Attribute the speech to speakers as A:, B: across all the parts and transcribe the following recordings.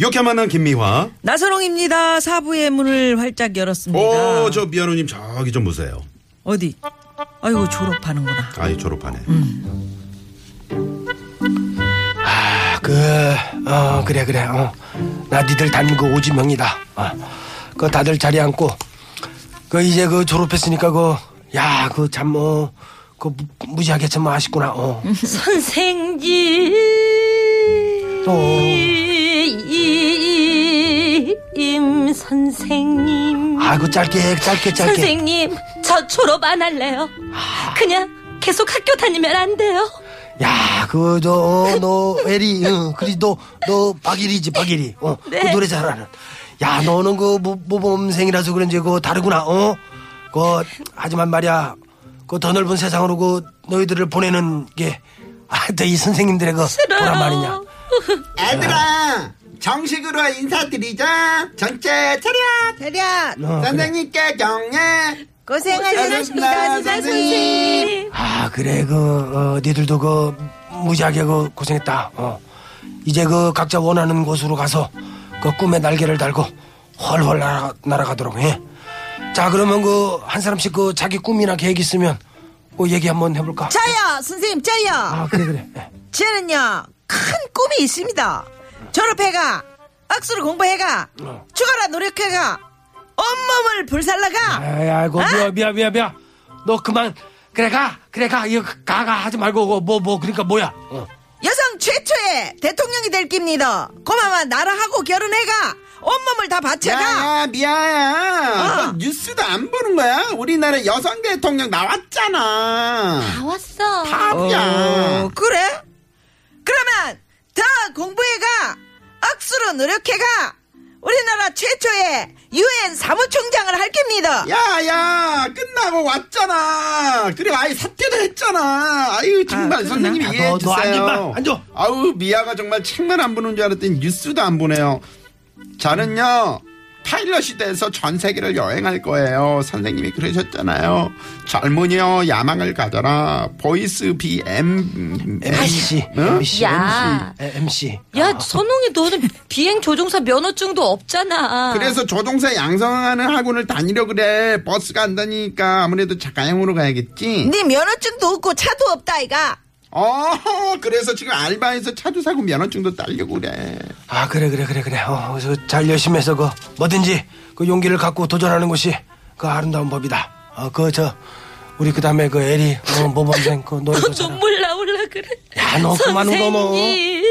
A: 유쾌한 만남 김미화.
B: 나선홍입니다. 사부의 문을 활짝 열었습니다.
A: 오, 저 미아노님 저기 좀 보세요.
B: 어디? 아이고 졸업하는구나.
A: 아이 졸업하네.
C: 그, 어, 그래, 그래. 어. 나 니들 닮은 거 오지명이다. 어. 그 다들 자리 앉고. 그 이제 그 졸업했으니까 그, 야, 그 참, 어, 그 무- 무지하게 참 아쉽구나. 어.
D: 선생님
C: 또.
D: 선생님
C: 아이고, 그 짧게, 짧게, 짧게.
D: 선생님 저 졸업 안 할래요 그냥 계속 학교 다니면 안 돼요
C: 야, 그, 저, 어, 너, 에리, 어, 그리, 너, 너, 박일이지, 박일이. 어, 그 노래 잘하는. 야, 너는 그, 모, 모범생이라서 그런지, 그, 다르구나, 어? 그, 하지만 말이야, 그, 더 넓은 세상으로 그, 너희들을 보내는 게, 아, 또 이 선생님들의 그, 보란 말이냐.
E: 애들아 정식으로 인사드리자 전체 차렷
F: 대략
C: 어, 그래.
E: 선생님께 경례
F: 고생하셨습니다 선생님
C: 아, 그래, 그, 어, 니들도 그, 무지하게 그, 고생했다, 어. 이제 그, 각자 원하는 곳으로 가서, 그, 꿈의 날개를 달고, 훨훨 날아, 날아가도록 해. 자, 그러면 그, 한 사람씩 그, 자기 꿈이나 계획 있으면, 그, 얘기 한번 해볼까?
F: 저요 선생님 저요
C: 아, 그래, 그래. 예.
F: 저는요 큰 꿈이 있습니다 졸업해가 억수로 공부해가 죽어라 노력해가 온몸을 불살라가
C: 아이, 아이고, 미야, 미야, 미야, 미야. 너 그만, 그래, 가, 그래, 가, 이거, 가, 가, 하지 말고, 뭐, 뭐, 그러니까 뭐야. 어.
F: 여성 최초의 대통령이 될 깁니다 고마마 나라하고 결혼해가 온몸을 다 바쳐가
E: 야야 미아야
F: 어.
E: 너 뉴스도 안 보는 거야 우리나라 여성 대통령 나왔잖아
D: 다 왔어
E: 탑이야
A: 아.
F: 어, 그래? 그러면 더 공부해가 억수로 노력해가 우리나라 최초의 유엔 사무총장을 할 겁니다
E: 야야 끝나고 왔잖아 그리고 아이 사퇴도 했잖아 아유 정말 선생님
C: 야,
E: 이해해
C: 너, 너
E: 주세요
C: 앉아, 앉아.
E: 아우 미아가 정말 책만 안 보는 줄 알았더니 뉴스도 안 보네요 저는요 파일럿이 돼서 전 세계를 여행할 거예요 선생님이 그러셨잖아요 젊은이여 야망을 가져라 보이스 BM
C: MBC, MBC,
D: 야.
C: MC, MC.
D: 야 선홍이 너는 비행 조종사 면허증도 없잖아
E: 그래서 조종사 양성하는 학원을 다니려 그래 버스가 안 다니니까 아무래도 자가용으로 가야겠지
F: 네 면허증도 없고 차도 없다 이가
E: 어 그래서 지금 알바에서 차도 사고 면허증도 따려고 그래
C: 아 그래 그래 그래 그래 어, 그래서 잘 열심히 해서 그 뭐든지 그 용기를 갖고 도전하는 것이 그 아름다운 법이다 어그 저 우리 그 다음에 그 에리 어, 모범생 그 노래도 잘하
D: 눈물 나올라 그래
C: 야너 그만 울어 너아나
D: 선생님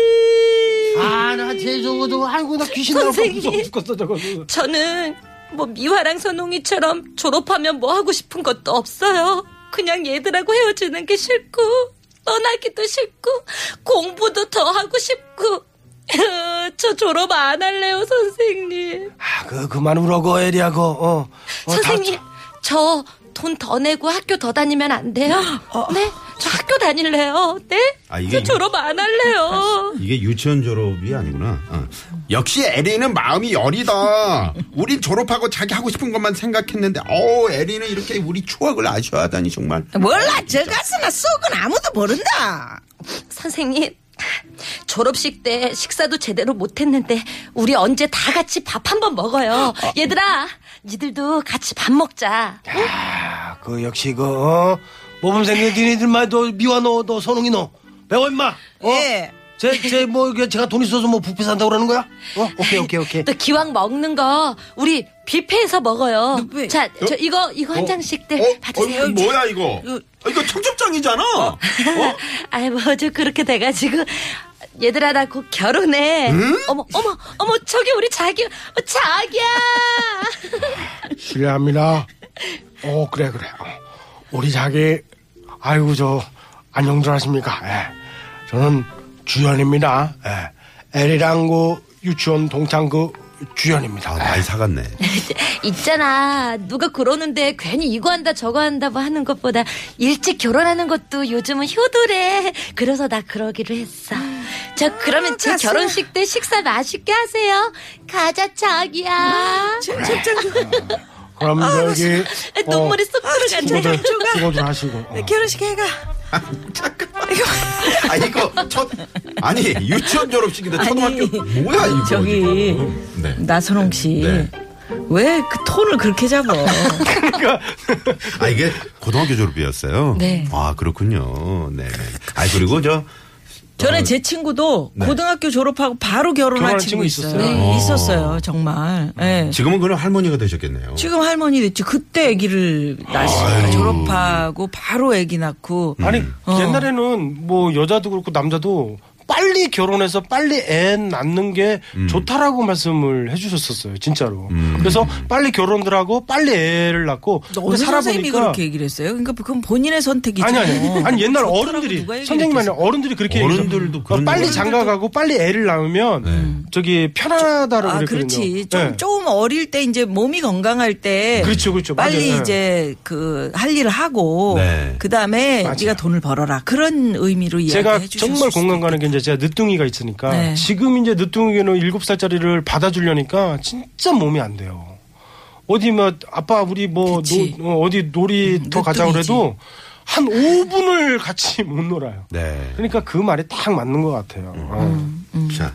C: 제주 저 아이고 나 귀신 나올 거
D: 선생님.
C: 무서워 죽겠어 저거
D: 저는 뭐 미화랑 선홍이처럼 졸업하면 뭐 하고 싶은 것도 없어요. 그냥 얘들하고 헤어지는 게 싫고 떠나기도 싫고 공부도 더 하고 싶고 저 졸업 안 할래요 선생님.
C: 아그 그만 울어 그 에리야 그어
D: 선생님 저 돈 더 내고 학교 더 다니면 안 돼요? 네? 저 학교 다닐래요. 네?
A: 아, 이게- 아,
D: 저 졸업 안 할래요.
A: 이게 유치원 졸업이 아니구나. 어.
E: 역시 에리는 마음이 여리다. 우린 졸업하고 자기 하고 싶은 것만 생각했는데, 어우, 에리는 이렇게 우리 추억을 아쉬워하다니, 정말.
D: 어,
F: 몰라 저 가수나 속은 아무도 모른다
D: 선생님 졸업식 때 식사도 제대로 못했는데 우리 언제 다 같이 밥 한번 먹어요 얘들아 니들도 같이 밥 먹자
C: 아그 역시 그 어, 모범생이 니네들만 너 미화 너너 선웅이 너 배워 임마 어?
F: 예.
C: 어제제뭐 이게 제가 돈 있어서 뭐 부페 산다고 그러는 거야 어 오케이 오케이
G: 예.
C: 오케이
D: 또 기왕 먹는 거 우리 뷔페에서 먹어요 자 저 이거 이거 한 장씩들 네,
A: 어?
D: 받으세요 어.
E: 뭐야, 어, 이거? 아, 이거 청첩장이잖아? 어.
A: 어,
D: 아이 뭐저 그렇게 돼가지고 얘들아 나 곧 결혼해 어머 어머 어머 저기 우리 자기 어, 자기야
C: 실례합니다. 어, 그래, 그래. 어, 우리 자기, 아이고, 저, 안녕들 하십니까. 예. 저는 주연입니다. 예. 에리랑 그 유치원 동창 그
G: 주연입니다.
A: 아, 나이 사갔네.
D: 있잖아. 누가 그러는데 괜히 이거 한다 저거 한다고 뭐 하는 것보다 일찍 결혼하는 것도 요즘은 효도래. 그래서 나 그러기로 했어. 자, 그러면 제
H: 아, 가슴.
D: 결혼식 때 식사 맛있게 하세요. 가자, 자기야.
H: 음. 첩장
G: 그럼 저기
D: 아,
C: 어,
D: 눈물이 쏙
H: 아,
D: 들어간다.
G: 수고들
H: 좀 가.
G: 수고들 하시고. 어.
H: 네, 결혼식 해가.
I: 잠깐만. 아 이거 첫 아니 유치원 졸업식인데 초등학교 뭐야 이거
B: 저기
A: 지금. 네.
B: 나선홍 씨.
A: 네.
B: 왜 그 톤을 그렇게 잡아?
A: 아 이게 고등학교 졸업이었어요.
B: 네.
A: 아 그렇군요. 네. 아 그리고 저
B: 전에 제 친구도
A: 네.
B: 고등학교 졸업하고 바로 결혼한
G: 결혼한 친구
B: 친구 있어요.
G: 있었어요?
B: 네,
A: 어.
B: 있었어요, 정말. 예.
A: 지금은 그냥 할머니가 되셨겠네요.
B: 지금 할머니 됐지. 그때 아기를 낳으시고 졸업하고 바로 아기 낳고.
G: 음. 아니
A: 음.
B: 어.
G: 옛날에는 뭐 여자도 그렇고 남자도 빨리 결혼해서 빨리 애 낳는 게
A: 음.
G: 좋다라고 말씀을 해주셨었어요 진짜로 그래서 빨리 결혼들 하고 빨리 애를 낳고
B: 어느
G: 근데
B: 선생님이
G: 살아보니까
B: 그렇게 얘기를 했어요? 그러니까 그건 본인의 선택이죠.
G: 아니 아니 아니 옛날
B: 좋더라고
G: 어른들이
B: 누가 얘기를
G: 선생님 아니
B: 했겠어요?
G: 어른들이 그렇게 얘기해서
A: 어른들도 그런
G: 빨리
A: 얘기를 네.
G: 장가가고 빨리 애를 낳으면 저기 편하다라고
B: 아,
G: 그랬거든요.
B: 그렇지. 좀,
G: 네.
B: 조금 어릴 때 이제 몸이 건강할 때.
G: 그렇죠, 그렇죠.
B: 빨리
G: 맞아요.
B: 이제 그 할 일을 하고.
A: 네.
B: 그 다음에
G: 맞아요.
B: 네가 돈을 벌어라. 그런 의미로 이야기해
G: 제가
B: 주셨을
G: 정말
B: 수도
G: 공감 가는
B: 있겠다.
G: 게 이제 제가 늦둥이가 있으니까
B: 네.
G: 지금 이제 늦둥이는 일곱 살짜리를 받아주려니까 진짜 몸이 안 돼요. 어디 뭐 아빠 우리 뭐
B: 그치.
G: 노- 어, 어디 놀이터
B: 음,
G: 가자
B: 늦둥이지.
G: 그래도 한 5분을 같이 못 놀아요.
A: 네.
G: 그러니까 그 말이 딱 맞는 것 같아요. 어.
B: 음.
A: 자.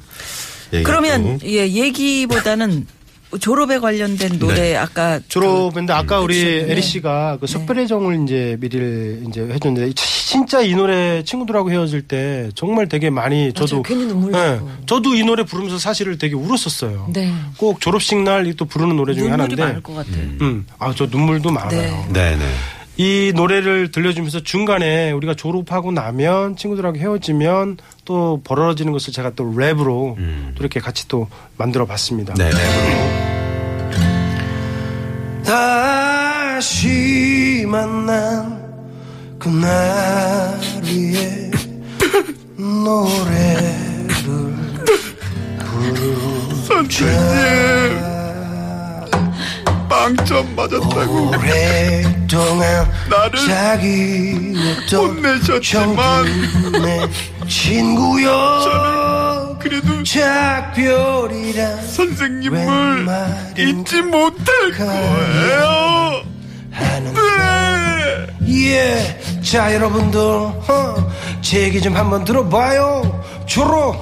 A: 얘기했고.
B: 그러면
G: 네.
B: 예, 얘기보다는 졸업에 관련된 노래
G: 네.
B: 아까
G: 주로 근데 아까 우리
B: 해주셨는데.
G: 에리 씨가
B: 네.
G: 그 석별의 정을 이제 미리를 이제 해줬는데 치- 진짜 이 노래 친구들하고 헤어질 때 정말 되게 많이 저도
J: 괜히 눈물
G: 예,
J: 나고.
G: 저도 이 노래 부르면서 사실을 되게 울었었어요.
J: 네.
G: 꼭 졸업식 날 또 부르는 노래 중에
B: 눈물이
G: 하나인데
B: 그 많을 것 같아요.
G: 음, 아 저 눈물도 많아요.
B: 네.
A: 네네.
G: 이 노래를 들려주면서 중간에 우리가 졸업하고 나면 친구들하고 헤어지면 또 벌어지는 것을 제가 또 랩으로 또 이렇게 같이 또 만들어 봤습니다.
A: 네. 네.
C: 다시 만난 그날 위에 노래를
I: 빵점 맞았다고
C: 오랫동안
I: 나를
C: 자기의 또
I: 혼내셨지만
C: 내 친구여
I: 그래도
C: 작별이란 그
I: 선생님을
C: 웬말인
I: 잊지 못할 거예요. 네.
C: 예, 자 여러분들 어, 제 얘기 좀 한번 들어봐요. 졸업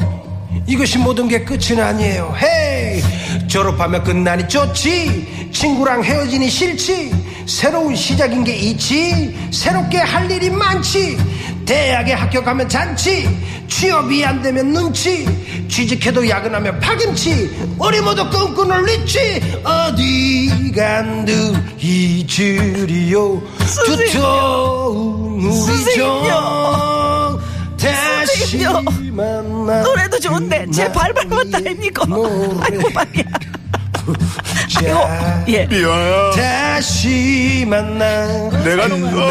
C: 이것이 모든 게 끝은 아니에요. 헤이 졸업하면 끝나니 좋지. 친구랑 헤어지니 싫지. 새로운 시작인 게 있지. 새롭게 할 일이 많지. 대학에 합격하면 잔치. 취업이 안 되면 눈치. 취직해도 야근하면 파김치. 우리 모두 꿈꾸는 리치. 어디 간두 이즈리요. 두터운 우리 정 다시 만나
B: 노래도 좋은데 제 발발만 다 입니까? 아이고 말이야. 아이고 예.
I: 미화야.
C: 다시 만나
I: 내가
C: 날
A: 네.
I: 너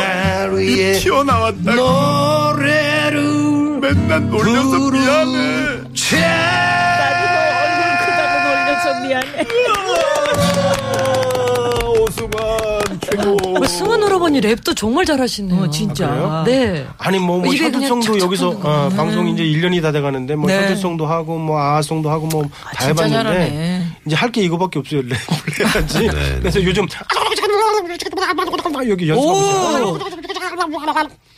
A: 예.
C: 위해
I: 튀어나왔다고
C: 노래를
I: 맨날 놀려서 미안해. 오수만 최고.
J: 어, 승원 오라버니 랩도 정말 잘하시네요.
B: 어, 진짜.
G: 그래요?
J: 네.
G: 아니 뭐, 뭐
J: 입에 그냥
G: 셔틀송도
J: 착착
G: 여기서
J: 붙는
G: 어, 방송 이제 1년이 다 돼가는데 뭐
B: 네.
G: 셔틀송도 하고 뭐 아송도 하고 뭐 다
B: 진짜
G: 해봤는데
B: 잘하네.
G: 이제 할 게 이거밖에 없어요 랩을 해야지
A: 네.
G: 그래서 요즘 여기 연습하고
B: 오.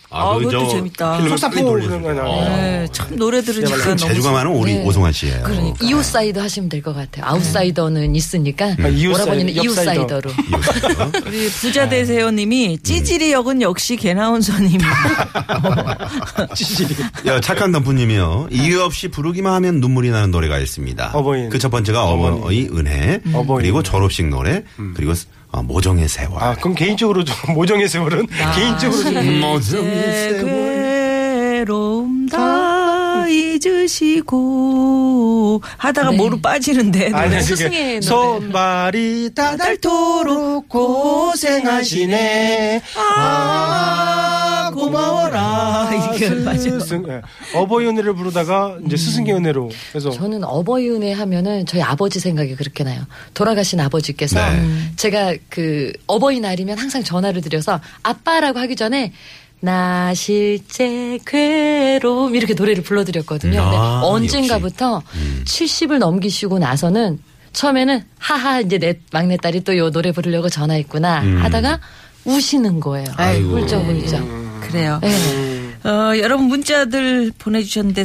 A: 아,
B: 아,
A: 그
B: 그것도
A: 저
B: 재밌다.
A: 필름
G: 속사포
A: 스크린
G: 그런
A: 돌려주세요.
G: 거나.
A: 어.
B: 네, 참 노래 들으니까 너무 네.
A: 재주가 많은 우리 오송환 씨예요.
J: 그러니까. 이웃사이드 하시면 될 것 같아요. 아웃사이더는 있으니까
G: 이웃사이드,
J: 오라버니는
G: 옆사이더.
J: 이웃사이더로.
A: 음. 이웃사이더. 네.
B: 우리 부자 대세요님이 찌질이 역은 역시 개나운서님.
G: 찌질이
A: 야, 착한 덤프님이요. 이유 없이 부르기만 하면 눈물이 나는 노래가 있습니다.
G: 네. 어버이.
A: 그 첫 번째가 어머니 은혜,
G: 음. 어버이.
A: 그리고 졸업식 노래, 그리고 어, 모종의 세월.
G: 음. 아 그럼 개인적으로 좀 모정의 세월은 개인적으로 좀
A: 모종의
B: 내 네, 괴로움 다 잊으시고 하다가 뭐로 빠지는데.
G: 네. 아니
J: 스승의
G: 그게
J: 노래.
G: 손발이 다닳도록 아, 고생하시네
B: 하고
G: 고마워라.
B: 이게 아, 맞아요. 음.
G: 스승, 예. 어버이 은혜를 부르다가 이제 스승의 은혜로 해서
J: 저는 어버이 은혜 하면은 저희 아버지 생각이 그렇게 나요. 돌아가신 아버지께서
A: 네.
G: 음.
J: 제가 그 어버이날이면 항상 전화를 드려서 아빠라고 하기 전에 나 실제 괴로움 이렇게 노래를
B: 음,
J: 불러드렸거든요. 근데
A: 아,
J: 언젠가부터 70을 넘기시고 나서는 처음에는 하하 이제 내 막내딸이 또 요 노래 부르려고 전화했구나 하다가 우시는 거예요.
B: 음. 아이고.
J: 훌쩍훌쩍.
G: 음.
B: 그래요.
J: 네.
B: 어, 여러분 문자들 보내주셨는데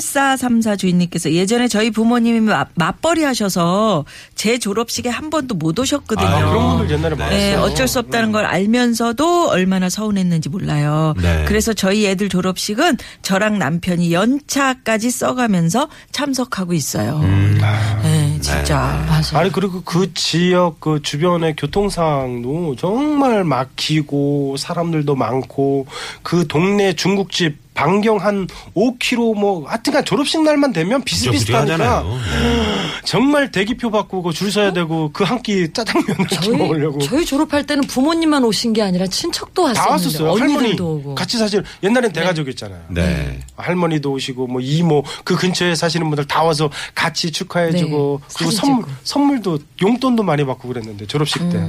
B: 8434 주인님께서 예전에 저희 부모님이 마- 맞벌이 하셔서 제 졸업식에 한 번도 못 오셨거든요.
G: 아, 그런 분들 옛날에 많았어요.
B: 네, 어쩔 수
A: 음.
B: 없다는 걸 알면서도 얼마나 서운했는지 몰라요.
A: 네.
B: 그래서 저희 애들 졸업식은 저랑 남편이 연차까지 써가면서 참석하고 있어요.
A: 음. 아.
B: 네, 진짜.
G: 아니 그리고 그 지역 그 주변의 교통 상황도 정말 막히고 사람들도 많고 그 동네 중국집 반경 한 5km 뭐 하여튼간 졸업식 날만 되면 비슷비슷하니까 음.
A: 부적부적하잖아요.
G: 정말 대기표 받고 그줄 서야 되고 그 한 끼 짜장면을 시켜 먹으려고
J: 어? 저희, 저희 졸업할 때는 부모님만 오신 게 아니라 친척도
G: 다
J: 왔었는데
G: 왔었어요. 할머니
J: 언니들도 오고.
G: 같이 사실 옛날엔 대가족이었잖아요.
A: 네.
G: 할머니도 오시고 뭐 이모 그 근처에 사시는 분들 다 와서 같이 축하해주고
J: 네,
G: 그리고
J: 사진
G: 선물
J: 찍고. 음,
G: 선물도 용돈도 많이 받고 그랬는데 졸업식 때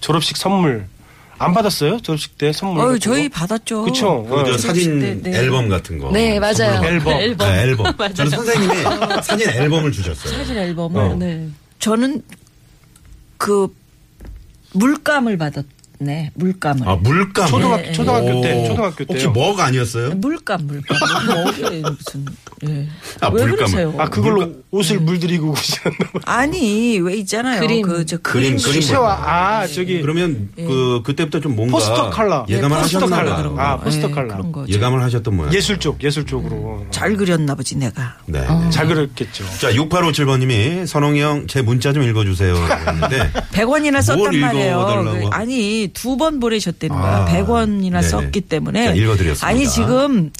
G: 졸업식 선물 안 받았어요 졸업식 때 선물
B: 어유
G: 같은
B: 저희
G: 거?
B: 받았죠.
G: 그쵸
A: 그저
G: 어.
A: 사진
B: 네, 네.
A: 앨범 같은 거.
J: 네, 맞아요.
A: 선물로.
G: 앨범.
A: 네, 앨범. 저는 선생님이 사진 앨범을 주셨어요.
B: 사진 앨범을
G: 어.
J: 네.
B: 저는 그 물감을 받았네. 물감을.
A: 아, 물감.
G: 초등학교- 초등학교 때, 초등학교
A: 혹시
G: 때요.
A: 먹 아니었어요?
B: 네, 물감 물감. 뭐 어디에 무슨 예.
A: 아,
B: 왜
A: 물감을.
B: 그러세요?
G: 아 그걸로 옷을
J: 네.
G: 물들이고 오시는다
B: 아니 왜 있잖아요.
J: 그림.
B: 그 저
A: 그림,
B: 그림
A: 그림.
G: 아 저기
A: 그러면 그 그때부터 좀 뭔가
G: 포스터 칼라
A: 예감을
B: 네,
G: 포스터
A: 하셨나
G: 칼라
A: 봐요.
G: 아 포스터
B: 예,
G: 칼라
B: 그런 거.
A: 예감을 하셨던 모양.
G: 예술 쪽 예술 쪽으로
B: 잘 그렸나 보지 내가.
A: 네.
G: 잘 그렸겠죠
A: 자, 6857번님이 선홍이 형 제 문자 좀 읽어주세요. 했는데
B: 100원이나
A: 뭘
B: 썼단
A: 읽어
B: 말이에요.
A: 달라고.
B: 그, 아니 두 번 보내셨다는
A: 아,
B: 거야. 100원이나
A: 네네.
B: 썼기 때문에.
A: 자, 읽어드렸습니다.
B: 아니 지금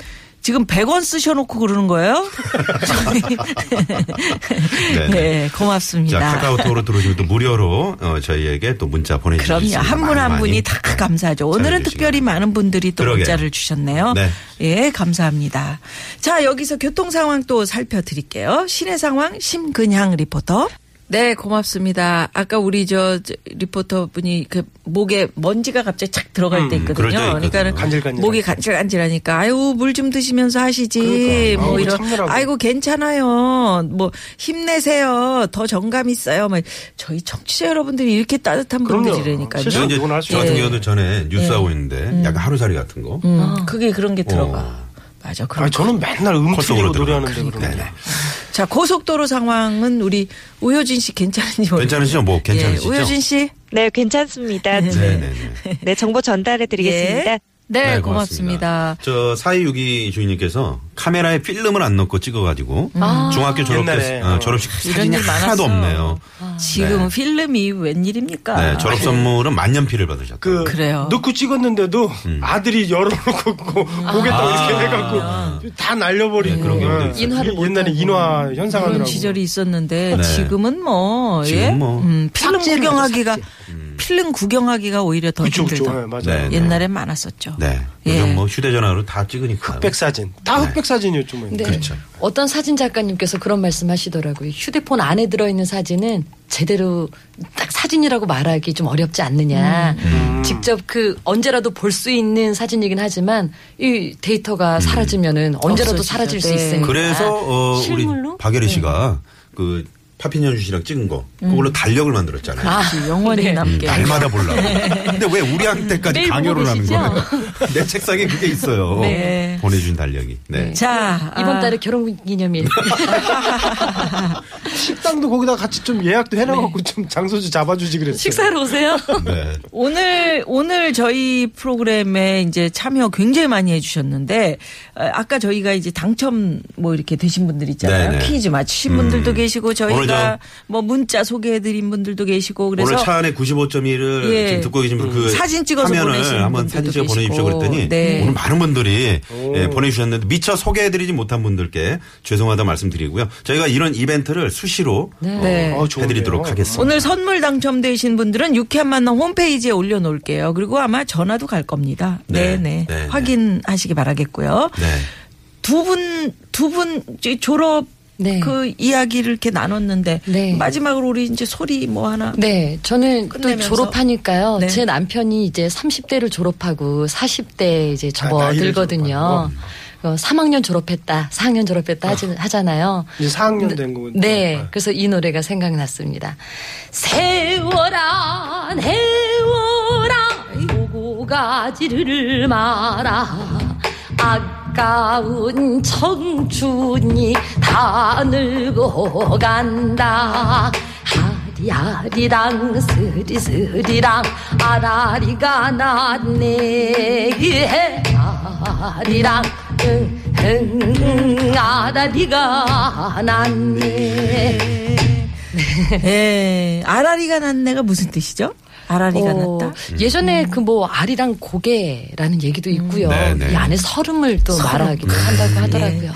B: 지금 100원 쓰셔놓고 그러는 거예요?
A: 네네.
B: 네, 고맙습니다.
A: 자, 카카오톡으로 들어오시면 또 무료로 어, 저희에게 또 문자 보내주시면
B: 그럼요. 한 분 한 분이 다 감사하죠. 오늘은
A: 잘해주시기
B: 특별히 많은 분들이 또
A: 그러게요.
B: 문자를 주셨네요.
A: 네.
B: 예, 감사합니다. 자, 여기서 교통 상황 또 살펴드릴게요. 시내 상황 심근향 리포터. 네, 고맙습니다. 아까 우리 저 리포터 분이 그 목에 먼지가 갑자기 착 들어갈 때 있거든요.
A: 그럴 때 있거든요.
B: 그러니까는
G: 간질간질.
B: 목이 간질간질하니까 아유 물 좀 드시면서 하시지.
G: 그러니까요.
B: 뭐
G: 아우,
B: 이런
G: 참느라고.
B: 아이고 괜찮아요. 뭐 힘내세요. 더 정감 있어요. 막 저희 청취자 여러분들이 이렇게 따뜻한
G: 그럼요.
B: 분들이라니까요.
G: 실수
A: 저 이제
G: 누구나 할수
A: 저 같은
G: 있죠.
A: 경우도 전에 뉴스 하고 있는데 약간 하루살이 같은 거.
B: 예. 음, 그게 그런 게 들어가.
A: 어.
B: 맞아. 그런
G: 아 저는 맨날 음악으로
A: 콧속으로 들어가는
G: 노래하는데 그런
A: 네네.
G: 거
B: 자 고속도로 상황은 우리 우효진 씨 괜찮은지 모르겠어요.
A: 괜찮으시죠? 뭐 괜찮으시죠?
B: 예, 우효진 씨.
K: 네, 괜찮습니다.
A: 네네네.
K: 네, 정보 전달해 드리겠습니다.
B: 예.
J: 네,
A: 네,
J: 고맙습니다.
A: 저 사이유기 주인님께서 카메라에 필름을 안 넣고 찍어가지고 중학교 졸업 때
G: 옛날에.
A: 어, 졸업식
B: 음. 아, 이런
A: 사진이
B: 일
A: 하나도
B: 많았어.
A: 없네요.
B: 지금 필름이 웬일입니까?
A: 네, 졸업 선물은 만년필을 받으셨다.
G: 그
B: 그래요.
G: 넣고 찍었는데도
A: 음.
G: 아들이 열어놓고 고- 고개 딱 이렇게 해갖고 다 날려버린
A: 아. 네, 그런 경우도
G: 예.
A: 있어요.
J: 인화를 못
G: 옛날에
J: 하고.
G: 인화 현상하느라고
B: 그런 시절이 있었는데
A: 네.
B: 지금은 뭐
A: 지금
B: 예?
A: 뭐. 음.
B: 음, 필름 구경하기가 필름 구경하기가 오히려 더
G: 그쵸 그쵸
B: 힘들다.
G: 예, 맞아요
A: 네, 네.
B: 옛날엔 많았었죠.
A: 네.
B: 예.
A: 요즘 뭐 휴대전화로 다 찍으니까.
G: 흑백 사진 다 흑백 사진이었죠 뭐
J: 네.
A: 그렇죠.
J: 어떤 사진 작가님께서 그런 말씀 하시더라고요. 휴대폰 안에 들어있는 사진은 제대로 딱 사진이라고 말하기 좀 어렵지 않느냐.
A: 음.
J: 직접 그 언제라도 볼 수 있는 사진이긴 하지만 이 데이터가 사라지면은 언제라도
B: 없어지죠.
J: 사라질 수
B: 네.
A: 음.
J: 있으니까.
A: 그래서 어, 우리
J: 실물로?
A: 박예리 씨가 그 파피년 씨랑 찍은 거 그걸로 달력을 만들었잖아요.
B: 그치, 영원히 남게.
A: 날마다 보려고. 근데 왜 우리한테 때까지 강요를 하는 거예요? 내 책상에 그게 있어요.
B: 네.
A: 보내준 달력이. 네.
B: 자
J: 이번
B: 아,
J: 달에 결혼 기념일.
G: 식당도 거기다 같이 좀 예약도 해놔갖고 좀 장소 좀 잡아주지 그랬어요
J: 식사로 오세요.
A: 네.
B: 오늘 오늘 저희 프로그램에 이제 참여 굉장히 많이 해주셨는데 아, 어, 아까 저희가 이제 당첨 뭐 이렇게 되신 분들 있잖아요
A: 네네. 음.
B: 퀴즈 맞추신 분들도 계시고 저희
A: 오늘
B: 제가 뭐 문자 소개해드린 분들도 계시고 그래서
A: 오늘 차 안에 95.1을
B: 예.
A: 지금 듣고 계신 분 그
B: 음. 사진 찍어서 보내신
A: 화면을 한번
B: 분들도
A: 사진 찍어
B: 계시고.
A: 보내주십시오 그랬더니
B: 네.
A: 오늘 많은 분들이 예, 보내주셨는데 미처 소개해드리지 못한 분들께 죄송하다 말씀드리고요. 저희가 이런 이벤트를 수시로 어,
B: 네. 어,
A: 해드리도록 하겠습니다.
B: 오늘 선물 당첨되신 분들은 유쾌한 만남 홈페이지에 올려놓을게요. 그리고 아마 전화도 갈 겁니다.
A: 네,
B: 네,
A: 네,
B: 네.
A: 네.
B: 확인하시기 바라겠고요.
A: 네.
B: 두 분, 두 분 졸업 그 이야기를 이렇게 나눴는데 마지막으로 우리 이제 소리 뭐 하나.
J: 네, 저는
B: 끝내면서.
J: 또 졸업하니까요.
B: 네.
J: 제 남편이 이제 30대를 졸업하고 40대 이제
A: 아,
J: 접어들거든요. 3학년 졸업했다, 4학년 졸업했다 하지, 하잖아요.
G: 이제 4학년 된 거군요.
J: 네, 그래서 이 노래가 생각났습니다. 세워라, 내워라, 요고 가지를 마라. 아까운 청춘이 다 늙어 간다. 야리랑 스리스리랑 아라리가 났네 예, 아리랑 응응 아라리가 났네
B: 예. 아라리가 났네가 무슨 뜻이죠? 아라리가
J: 어,
B: 났다? 음.
J: 예전에 그 뭐 아리랑 고개라는 얘기도 있고요.
B: 네, 네.
J: 이 안에 서름을 또
B: 서름. 네.
J: 말하기도 한다고 하더라고요.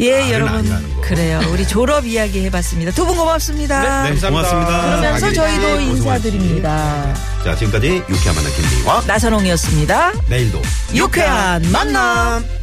B: 예, 여러분. 그래요. 우리 졸업 이야기 해봤습니다. 두 분 고맙습니다.
A: 네, 아, 네, 감사합니다. 네, 고맙습니다.
B: 그러면서
A: 박예리
B: 저희도
A: 씨,
B: 인사드립니다.
A: 자 지금까지 유쾌한 만남 김미와
B: 네. 나선홍이었습니다.
A: 내일도
B: 유쾌한 만남.